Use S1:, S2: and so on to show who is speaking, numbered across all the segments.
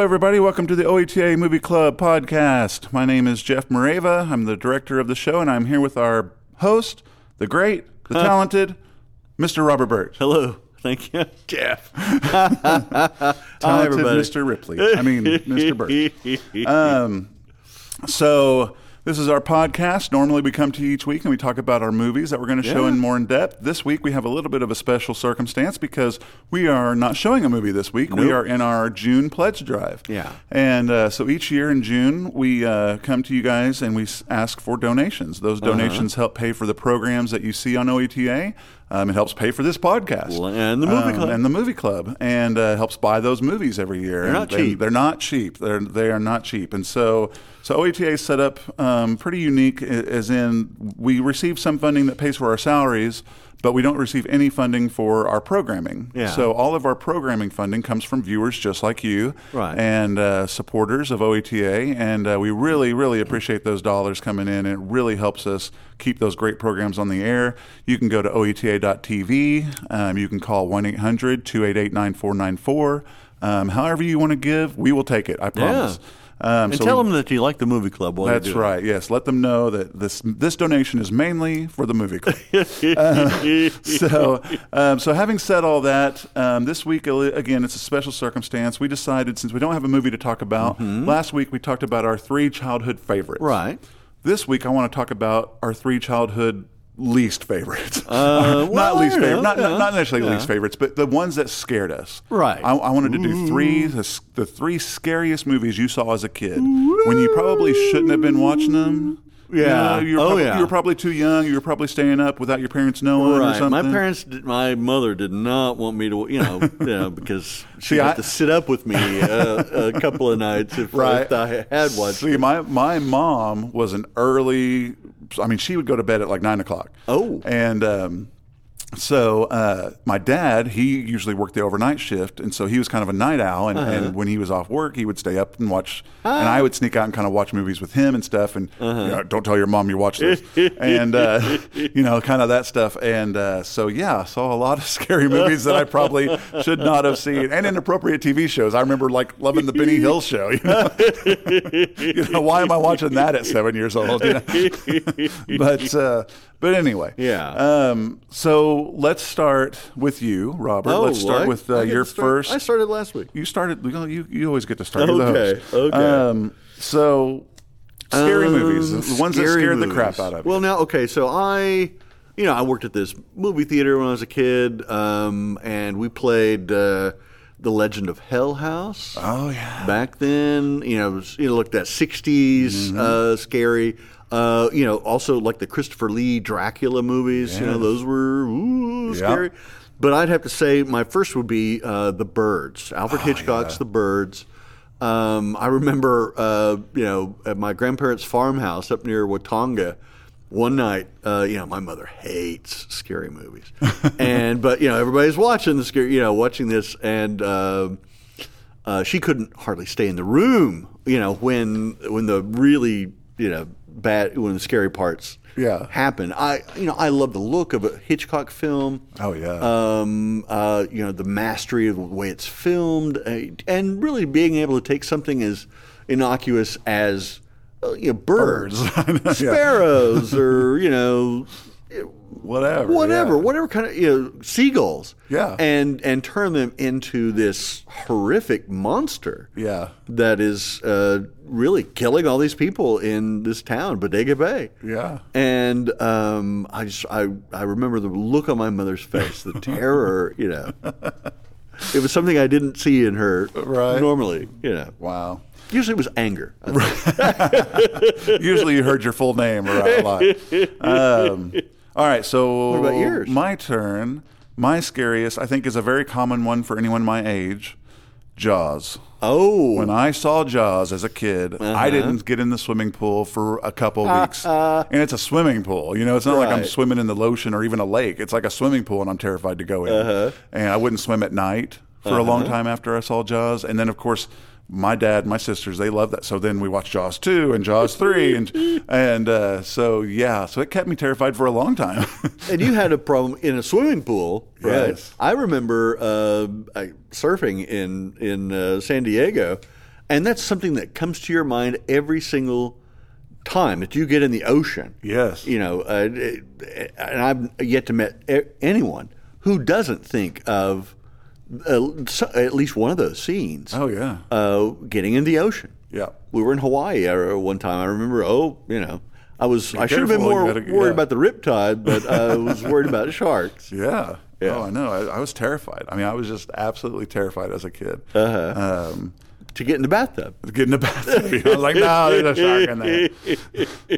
S1: everybody. Welcome to the OETA Movie Club podcast. My name is Jeff Moreva. I'm the director of the show, and I'm here with our host, the great, the talented, Mr. Robert Burt.
S2: Hello. Thank you.
S1: Jeff.
S2: Hi,
S1: talented
S2: everybody.
S1: Mr. Ripley. I mean, Mr. Burt. Um, so this is our podcast. Normally, we come to you each week and we talk about our movies that we're going to show in more in depth. This week, we have a little bit of a special circumstance because we are not showing a movie this week. We
S2: Nope.
S1: are in our June pledge drive.
S2: Yeah.
S1: and uh, so each year in June, we uh, come to you guys and we s- ask for donations. Those
S2: Uh-huh.
S1: donations help pay for the programs that you see on OETA. Um, it helps pay for this podcast Um,
S2: And the movie club.
S1: and the movie club, and uh, helps buy those movies every year. They're
S2: not cheap.
S1: They're not cheap. They're they are not cheap. And so, so OETA is set up um, pretty unique, i- as in we receive some funding that pays for our salaries, but we don't receive any funding for our programming.
S2: Yeah.
S1: So all of our programming funding comes from viewers just like you,
S2: Right.
S1: And uh, supporters of OETA, and uh, we really, really appreciate those dollars coming in. It really helps us keep those great programs on the air. You can go to E oeta.tv. Um, you can call 1 800 288 9494. Um, However, you want to give, we will take it. I promise. Um,
S2: and
S1: so
S2: tell
S1: we-
S2: them that you like the movie club. While you
S1: that's
S2: do it.
S1: right. Yes, let them know that this this donation is mainly for the movie club. Uh, so, um, so having said all that, um, this week again, it's a special circumstance. We decided since we don't have a movie to talk about. Last week we talked about our three childhood favorites.
S2: Mm-hmm. Right.
S1: This week I want to talk about our three childhood least favorites.
S2: Uh,
S1: not
S2: well, I
S1: least
S2: don't
S1: favorites,
S2: know.
S1: not, not, not necessarily
S2: Yeah.
S1: least favorites, but the ones that scared us.
S2: Right.
S1: I, I wanted to do three the, s- the three scariest movies you saw as a kid when you probably shouldn't have been watching them. You
S2: Yeah.
S1: know, you were
S2: Oh,
S1: probably,
S2: yeah.
S1: You were probably too young. You were probably staying up without your parents knowing or
S2: Right.
S1: something.
S2: My parents, did, my mother did not want me to, you know, you know, because she
S1: See,
S2: had
S1: I-
S2: to sit up with me uh, a couple of nights if,
S1: Right.
S2: if I had one.
S1: See, my my mom was an early. I mean, she would go to bed at like nine o'clock.
S2: Oh.
S1: and um, so uh, my dad, he usually worked the overnight shift, and so he was kind of a night owl. And,
S2: Uh-huh.
S1: and when he was off work, he would stay up and watch,
S2: Ah.
S1: and I would sneak out and kind of watch movies with him and stuff. And
S2: Uh-huh.
S1: you know, don't tell your mom you watch this, and uh, you know, kind of that stuff. And uh, so yeah, I saw a lot of scary movies that I probably should not have seen, and inappropriate TV shows. I remember like loving the Benny Hill Show. You know? you know, why am I watching that at seven years old? You know? but uh, but anyway,
S2: Yeah.
S1: Um, so let's start with you, Robert.
S2: Oh,
S1: let's start
S2: what?
S1: with uh,
S2: I get
S1: your
S2: to start-
S1: first.
S2: I started last week.
S1: you started. You, know, you you always get to start. You're the
S2: Okay,
S1: host.
S2: okay.
S1: Um, so scary
S2: Um,
S1: movies, the ones that
S2: scary
S1: scared the
S2: movies.
S1: crap out of you.
S2: Well, now, okay, so I, you know, I worked at this movie theater when I was a kid, um, and we played uh, The Legend of Hell House.
S1: Oh yeah.
S2: Back then, you know, it was, you know, like that 60s
S1: Mm-hmm.
S2: uh, scary. Uh, you know, also like the Christopher Lee Dracula movies, you know, those were ooh,
S1: Yeah.
S2: scary. But I'd have to say my first would be uh, The Birds, Alfred Hitchcock's The Birds. Um, I remember, uh, you know, at my grandparents' farmhouse up near Watonga. One night, uh, you know, my mother hates scary movies, and but you know, everybody's watching the scary, you know, watching this, and um uh, she couldn't hardly stay in the room, you know, when when the really you know bad when the scary parts
S1: Yeah.
S2: happened. I you know I love the look of a Hitchcock film.
S1: Oh yeah.
S2: Um, uh, you know the mastery of the way it's filmed, uh, and really being able to take something as innocuous as uh, you know, birds, sparrows, or you know
S1: whatever.
S2: whatever,
S1: yeah.
S2: whatever kind of you know, seagulls,
S1: Yeah.
S2: and and turn them into this horrific monster,
S1: Yeah.
S2: that is uh, really killing all these people in this town, Bodega Bay.
S1: Yeah.
S2: And um, I just I, I remember the look on my mother's face, the terror, you know. It was something I didn't see in her
S1: Right.
S2: normally, you know.
S1: Wow.
S2: Usually it was anger. I think.
S1: Usually, you heard your full name around a lot. Um, all right, so
S2: What about yours?
S1: My turn. My scariest, I think, is a very common one for anyone my age. Jaws.
S2: Oh,
S1: When I saw Jaws as a kid, I didn't get in the swimming pool for a couple weeks, and it's a swimming pool. You know, it's not like I'm
S2: Right.
S1: swimming in the ocean or even a lake. It's like a swimming pool, and I'm terrified to go in. And I wouldn't swim at night for a long time after I saw Jaws. And then, of course, my dad, my sisters, they loved that. So then we watched Jaws two and Jaws three, and and uh, so yeah, so it kept me terrified for a long time.
S2: and you had a problem in a swimming pool, right?
S1: Yes.
S2: I remember uh, I- surfing in in uh, San Diego, And that's something that comes to your mind every single time that you get in the ocean.
S1: Yes.
S2: You know, uh, it- it- and I've yet to met a- anyone who doesn't think of uh, so- at least one of those scenes.
S1: Oh, yeah.
S2: Uh, getting in the ocean.
S1: Yeah.
S2: We were in Hawaii uh, one time. I remember. Oh, you know, I was. I should have been
S1: careful, you
S2: more
S1: gotta-
S2: worried
S1: yeah.
S2: about the riptide, but I was worried about sharks.
S1: Yeah.
S2: Yeah.
S1: Oh, I know. I, I was terrified. I mean, I was just absolutely terrified as a kid. Um,
S2: To get in the bathtub.
S1: getting a bathroom. I was like, no, there's a shark in there.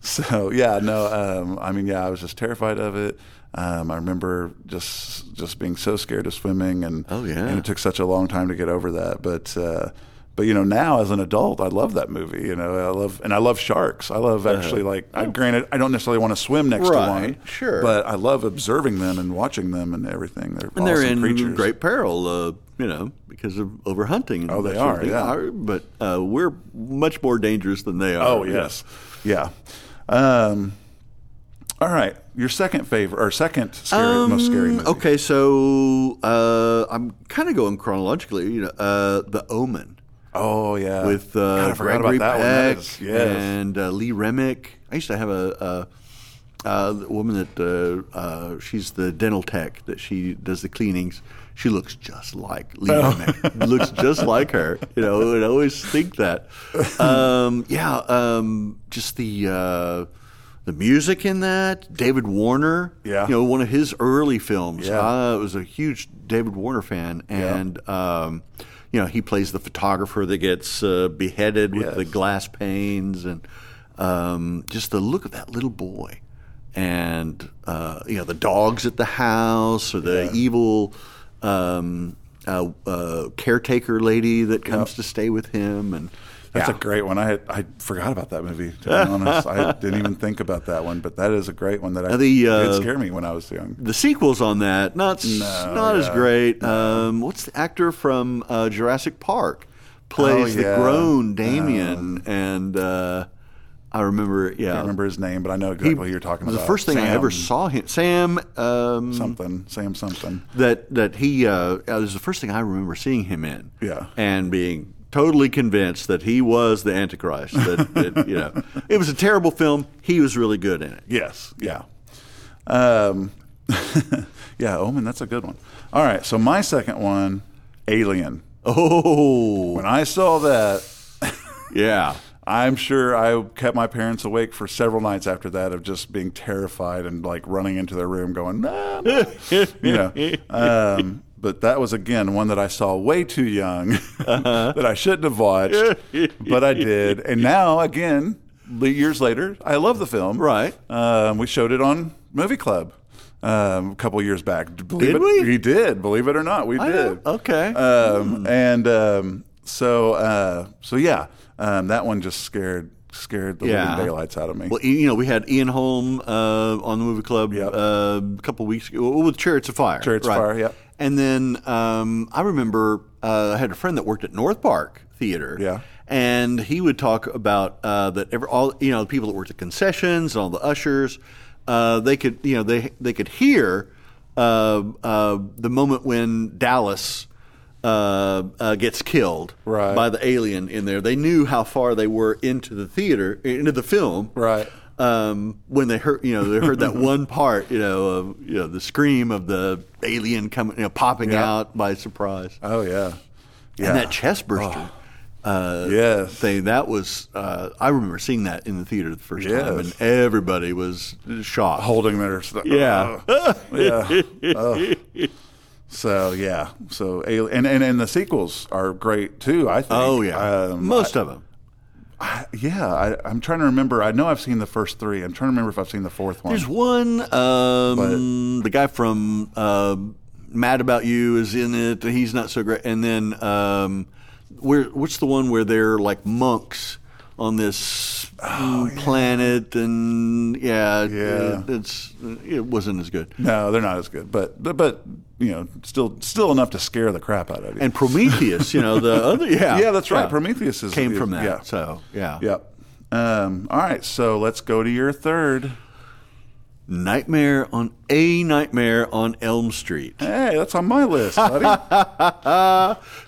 S1: so yeah, no. Um, I mean, yeah, I was just terrified of it. Um, I remember just just being so scared of swimming, and
S2: Oh, yeah.
S1: and it took such a long time to get over that. But uh, but you know, now as an adult, I love that movie. You know, I love and I love sharks. I love actually like. I, granted, I don't necessarily want to swim next
S2: Uh-huh. Oh. Right,
S1: to one,
S2: sure.
S1: but I love observing them and watching them and everything. They're
S2: And
S1: awesome
S2: they're in
S1: creatures.
S2: great peril, uh, you know, because of overhunting. and
S1: Oh, they
S2: that sort of
S1: are,
S2: thing.
S1: yeah.
S2: But uh, we're much more dangerous than they are.
S1: Oh yes, yeah. Um, all right, your second favorite or second scary, most scary movie?
S2: Um, Okay, so uh, I'm kind of going chronologically. You know, uh, The Omen
S1: Oh yeah,
S2: with uh,
S1: God, I forgot
S2: Gregory
S1: about that one. That
S2: Peck
S1: is- yes.
S2: and uh, Lee Remick. I used to have a, a, uh the woman that uh, uh, she's the dental tech that she does the cleanings. She looks just like Lee
S1: Oh.
S2: Remick. looks just like her. You know, and I always think that. Um, yeah, um, just the. Uh, the music in that, David Warner,
S1: Yeah.
S2: you know, one of his early films.
S1: Yeah.
S2: I uh, was a huge David Warner fan, and um, you know he plays the photographer that gets uh, beheaded with the
S1: Yes.
S2: glass panes, and um, just the look of that little boy, and uh, you know the dogs at the house, or the evil um, uh, uh, caretaker lady that comes to stay with him, and
S1: That's
S2: yeah.
S1: a great one. I had, I forgot about that movie. To be honest, I didn't even think about that one. But that is a great one that I
S2: the, uh,
S1: it scared me when I was young.
S2: the sequels on that not s- not as great. Um, what's the actor from uh, Jurassic Park plays
S1: Oh, yeah.
S2: the grown Damien, and uh, I remember yeah.
S1: I don't remember his name, but I know exactly who you're talking about.
S2: The first thing I ever
S1: Sam
S2: saw him Sam um,
S1: something Sam something.
S2: that that he uh, that was the first thing I remember seeing him in.
S1: Yeah.
S2: and being totally convinced that he was the Antichrist. That, that you know, it was a terrible film. He was really good in it.
S1: Yes. Yeah. Um, yeah. Omen. That's a good one. All right. So my second one, Alien.
S2: Oh,
S1: When I saw that,
S2: yeah.
S1: I'm sure I kept my parents awake for several nights after that of just being terrified and like running into their room going, "No, no," you know. Um, but that was again one that I saw way too young
S2: Uh-huh.
S1: that I shouldn't have watched, but I did. And now again, le- years later, I love the film.
S2: Right.
S1: Um, we showed it on Movie Club. Um, a couple years back, believe
S2: Did
S1: it,
S2: we?
S1: We did, believe it or not, we did.
S2: Okay.
S1: Um,
S2: Hmm.
S1: And um, so, uh, so yeah, um, that one just scared scared the
S2: Yeah.
S1: living daylights out of me.
S2: Well, you you know, we had Ian Holm uh, on the movie club
S1: Yep.
S2: uh, a couple weeks ago well, with Chariots of Fire.
S1: Chariots of Fire, yep.
S2: And then um, I remember uh, I had a friend that worked at North Park Theater.
S1: Yeah.
S2: And he would talk about uh, that every, all you know the people that worked at concessions and all the ushers, uh, they could you know they they could hear uh, uh, the moment when Dallas. Uh, uh, gets killed
S1: Right.
S2: by the alien in there. They knew how far they were into the theater, into the film,
S1: Right.
S2: um, when they heard, you know, they heard that one part, you know, of you know the scream of the alien coming, you know, popping
S1: Yeah.
S2: out by surprise,
S1: oh yeah, yeah,
S2: and that chest burster uh,
S1: yes,
S2: thing. That was uh, I remember seeing that in the theater the first time,
S1: Yes.
S2: and everybody was shocked.
S1: holding their stuff.
S2: yeah,
S1: yeah. Ugh. So yeah, so Ali- and, and and the sequels are great too. I think.
S2: oh yeah,
S1: Um,
S2: most of 'em. of them.
S1: yeah. I, I'm trying to remember. I know I've seen the first three. I'm trying to remember if I've seen the fourth one.
S2: There's one, um, the guy from uh, Mad About You is in it. He's not so great. And then, um, where what's the one where they're like monks on this mm, planet? And yeah,
S1: Oh, Yeah.
S2: It, it's it wasn't as good.
S1: no, they're not as good, but but- but you know, still still enough to scare the crap out of you.
S2: And Prometheus, you know the other, yeah,
S1: yeah, that's right.
S2: yeah,
S1: Prometheus is
S2: came
S1: is-
S2: from that.
S1: Yeah.
S2: So yeah,
S1: Yep. Um, all right, so let's go to your third.
S2: Nightmare on a Nightmare on Elm Street.
S1: Hey, that's on my list, buddy.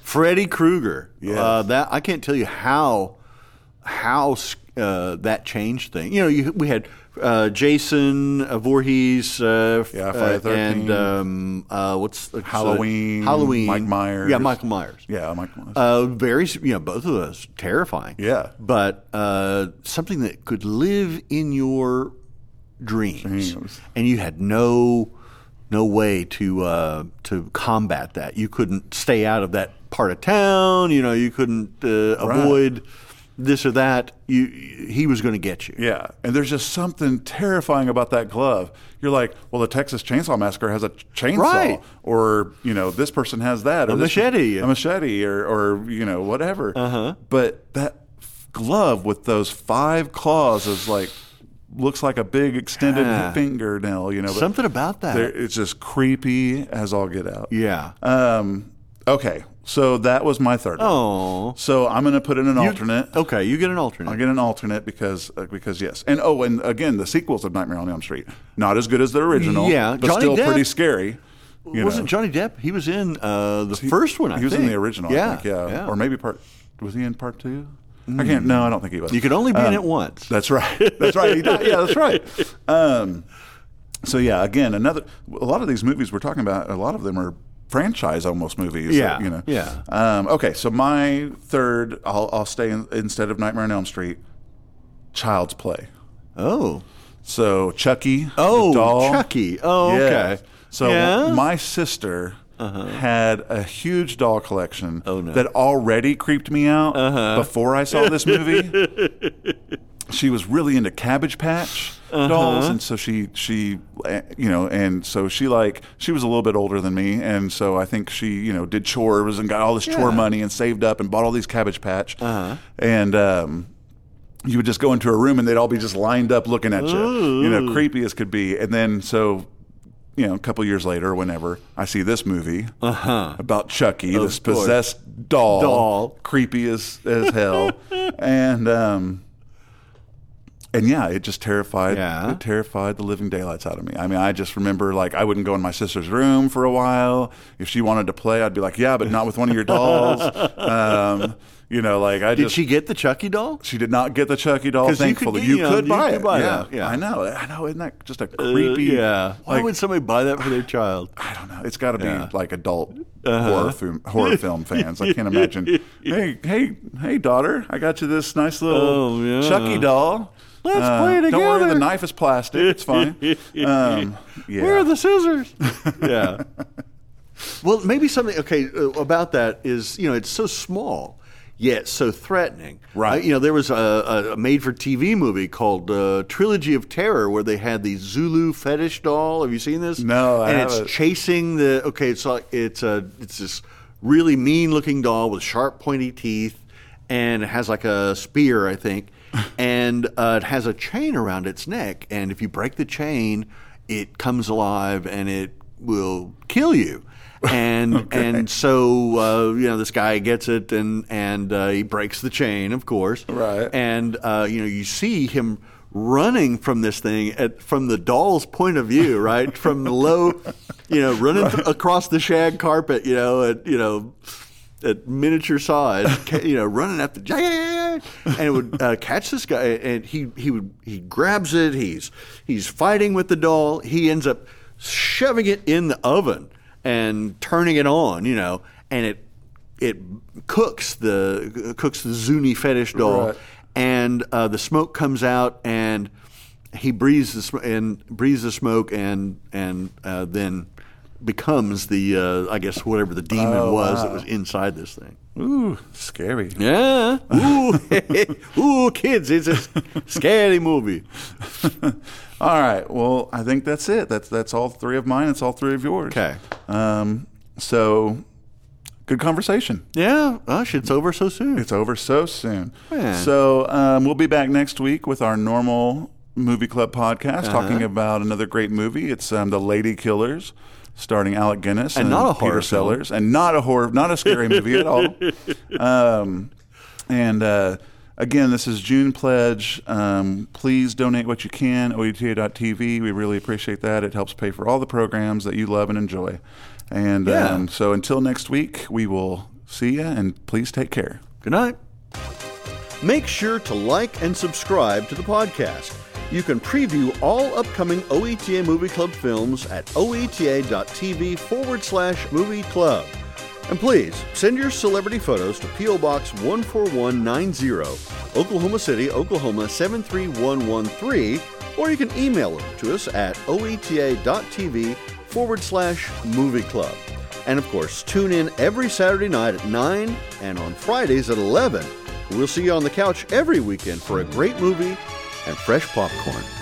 S2: Freddy Krueger.
S1: Yes.
S2: Uh, that I can't tell you how how uh, that changed things. You know, you, we had uh, Jason uh, Voorhees, uh, f-
S1: Yeah, Friday
S2: uh,
S1: the 13th.
S2: and um, uh, what's what's, uh,
S1: Halloween,
S2: Halloween,
S1: Mike Myers.
S2: Yeah, Michael Myers.
S1: yeah, Mike. Myers.
S2: Uh, very, s- you know, both of those terrifying.
S1: Yeah.
S2: But uh, something that could live in your dreams,
S1: Dreams.
S2: and you had no no way to uh, to combat that. You couldn't stay out of that part of town. You know, you couldn't uh, avoid this or that. You he was going to get you.
S1: Yeah, and there's just something terrifying about that glove. You're like, well, the Texas Chainsaw Massacre has a ch- chainsaw,
S2: Right.
S1: or you know, this person has that, or a
S2: machete.
S1: a machete, or or you know, whatever. Uh-huh. But that f- glove with those five claws is like looks like a big extended
S2: Yeah.
S1: fingernail. You know, but
S2: Something about that.
S1: there- it's just creepy as all get out.
S2: yeah.
S1: Um. Okay, so that was my third. one.
S2: oh.
S1: So I'm gonna put in an alternate.
S2: Okay, you get an alternate.
S1: I'll get an alternate because uh, because yes, and oh, and again, the sequels of Nightmare on Elm Street not as good as the original,
S2: Yeah,
S1: but
S2: Johnny
S1: still
S2: Depp-
S1: pretty scary. You
S2: Wasn't
S1: know.
S2: Johnny Depp? He was in uh, the first one. I
S1: he was in
S2: think.
S1: the original, I think, yeah. or maybe part was he in part two? I can't.
S2: Hmm.
S1: No, I don't think he was.
S2: You could only be
S1: Uh,
S2: in it once.
S1: That's right. That's right. He died. yeah, that's right. Um, so yeah, again, another a lot of these movies we're talking about, a lot of them are franchise almost movies.
S2: Yeah,
S1: you know.
S2: yeah.
S1: Um, okay, so my third, I'll, I'll stay in, instead of Nightmare on Elm Street, Child's Play.
S2: Oh.
S1: So Chucky,
S2: Oh,
S1: the doll.
S2: Chucky. Oh,
S1: Yeah.
S2: okay.
S1: So
S2: Yeah?
S1: my sister had a huge doll collection
S2: Oh, no. Uh-huh.
S1: that already creeped me out before I saw this movie. she was really into Cabbage Patch
S2: Uh-huh.
S1: dolls, and so she she eh, you know, and so she like she was a little bit older than me, and so I think she you know did chores and got all this chore
S2: Yeah. Uh-huh.
S1: money and saved up and bought all these Cabbage Patch, and um, you would just go into a room and they'd all be just lined up looking at you. You know, creepy as could be. And then so, you know, a couple years later, whenever I see this movie about Chucky, this
S2: Uh-huh. course.
S1: possessed doll,
S2: Doll.
S1: creepy as as hell, and um, and yeah, it just terrified
S2: Yeah.
S1: it terrified the living daylights out of me. I mean, I just remember like I wouldn't go in my sister's room for a while. If she wanted to play, I'd be like, yeah, but not with one of your dolls. um, you know, like I
S2: Did
S1: just
S2: she get the Chucky doll?
S1: she did not get the Chucky doll.
S2: 'Cause you could
S1: Thankfully,
S2: get-
S1: you
S2: you
S1: could,
S2: know, you
S1: buy
S2: could
S1: it.
S2: buy
S1: yeah.
S2: that, yeah. Uh,
S1: I know. I know. Isn't that just a creepy?
S2: yeah. Why
S1: like-
S2: would somebody buy that for their child?
S1: I don't know. It's got to be like adult
S2: Uh-huh.
S1: horror film, horror film fans. I can't imagine. hey, hey, hey, daughter! I got you this nice little
S2: Oh, yeah.
S1: Chucky doll. Uh,
S2: Let's play
S1: Don't worry, the
S2: together."
S1: knife is plastic. It's fine. Um, yeah.
S2: Where are the scissors? yeah. Well, maybe something okay uh, about that is you know it's so small, yet so threatening.
S1: Right.
S2: Uh, you know there was a, a- a made-for-TV movie called uh, Trilogy of Terror where they had the Zulu fetish doll. Have you seen this?
S1: No, I
S2: and
S1: haven't.
S2: it's chasing the okay. It's like it's a it's this really mean-looking doll with sharp, pointy teeth, and it has like a spear, I think, and uh, it has a chain around its neck. And if you break the chain, it comes alive and it will kill you. And and so uh, you know this guy gets it and and uh, he breaks the chain, of course,
S1: Right.
S2: and uh, you know you see him running from this thing at, from the doll's point of view, right? from the low, you know, running th- across the shag carpet, you know, at you know, at miniature size, ca- you know, running after, and it would uh, catch this guy, and he he would he grabs it, he's he's fighting with the doll, he ends up shoving it in the oven and turning it on, you know, and it it cooks the cooks the Zuni fetish doll,
S1: Right.
S2: and uh, the smoke comes out, and he breathes the sm- and breathes the smoke, and and uh, then becomes the uh, I guess whatever the demon was that was inside this thing.
S1: Ooh, scary.
S2: Yeah. Ooh, ooh, kids, it's a scary movie.
S1: all right. Well, I think that's it. That's that's all three of mine. It's all three of yours.
S2: Okay.
S1: Um, so, good conversation.
S2: Yeah. Gosh, it's over so soon.
S1: It's over so soon.
S2: Man.
S1: So um, we'll be back next week with our normal movie club podcast,
S2: Uh-huh.
S1: talking about another great movie. It's um, the Lady Killers, starring Alec Guinness and,
S2: not a
S1: Peter
S2: horror film.
S1: Sellers, and not a horror, not a scary movie at all. Um, and uh, Again, this is June Pledge. Um, please donate what you can, oeta.tv. We really appreciate that. It helps pay for all the programs that you love and enjoy. And
S2: Yeah.
S1: um, so until next week, we will see you and please take care.
S2: Good night. Make sure to like and subscribe to the podcast. You can preview all upcoming OETA Movie Club films at E oeta.tv forward slash movie club. And please send your celebrity photos to P.O. Box 14190, Oklahoma City, Oklahoma 73113, or you can email them to us at E oeta.tv forward slash movie club. And of course, tune in every Saturday night at 9 and on Fridays at 11. We'll see you on the couch every weekend for a great movie and fresh popcorn.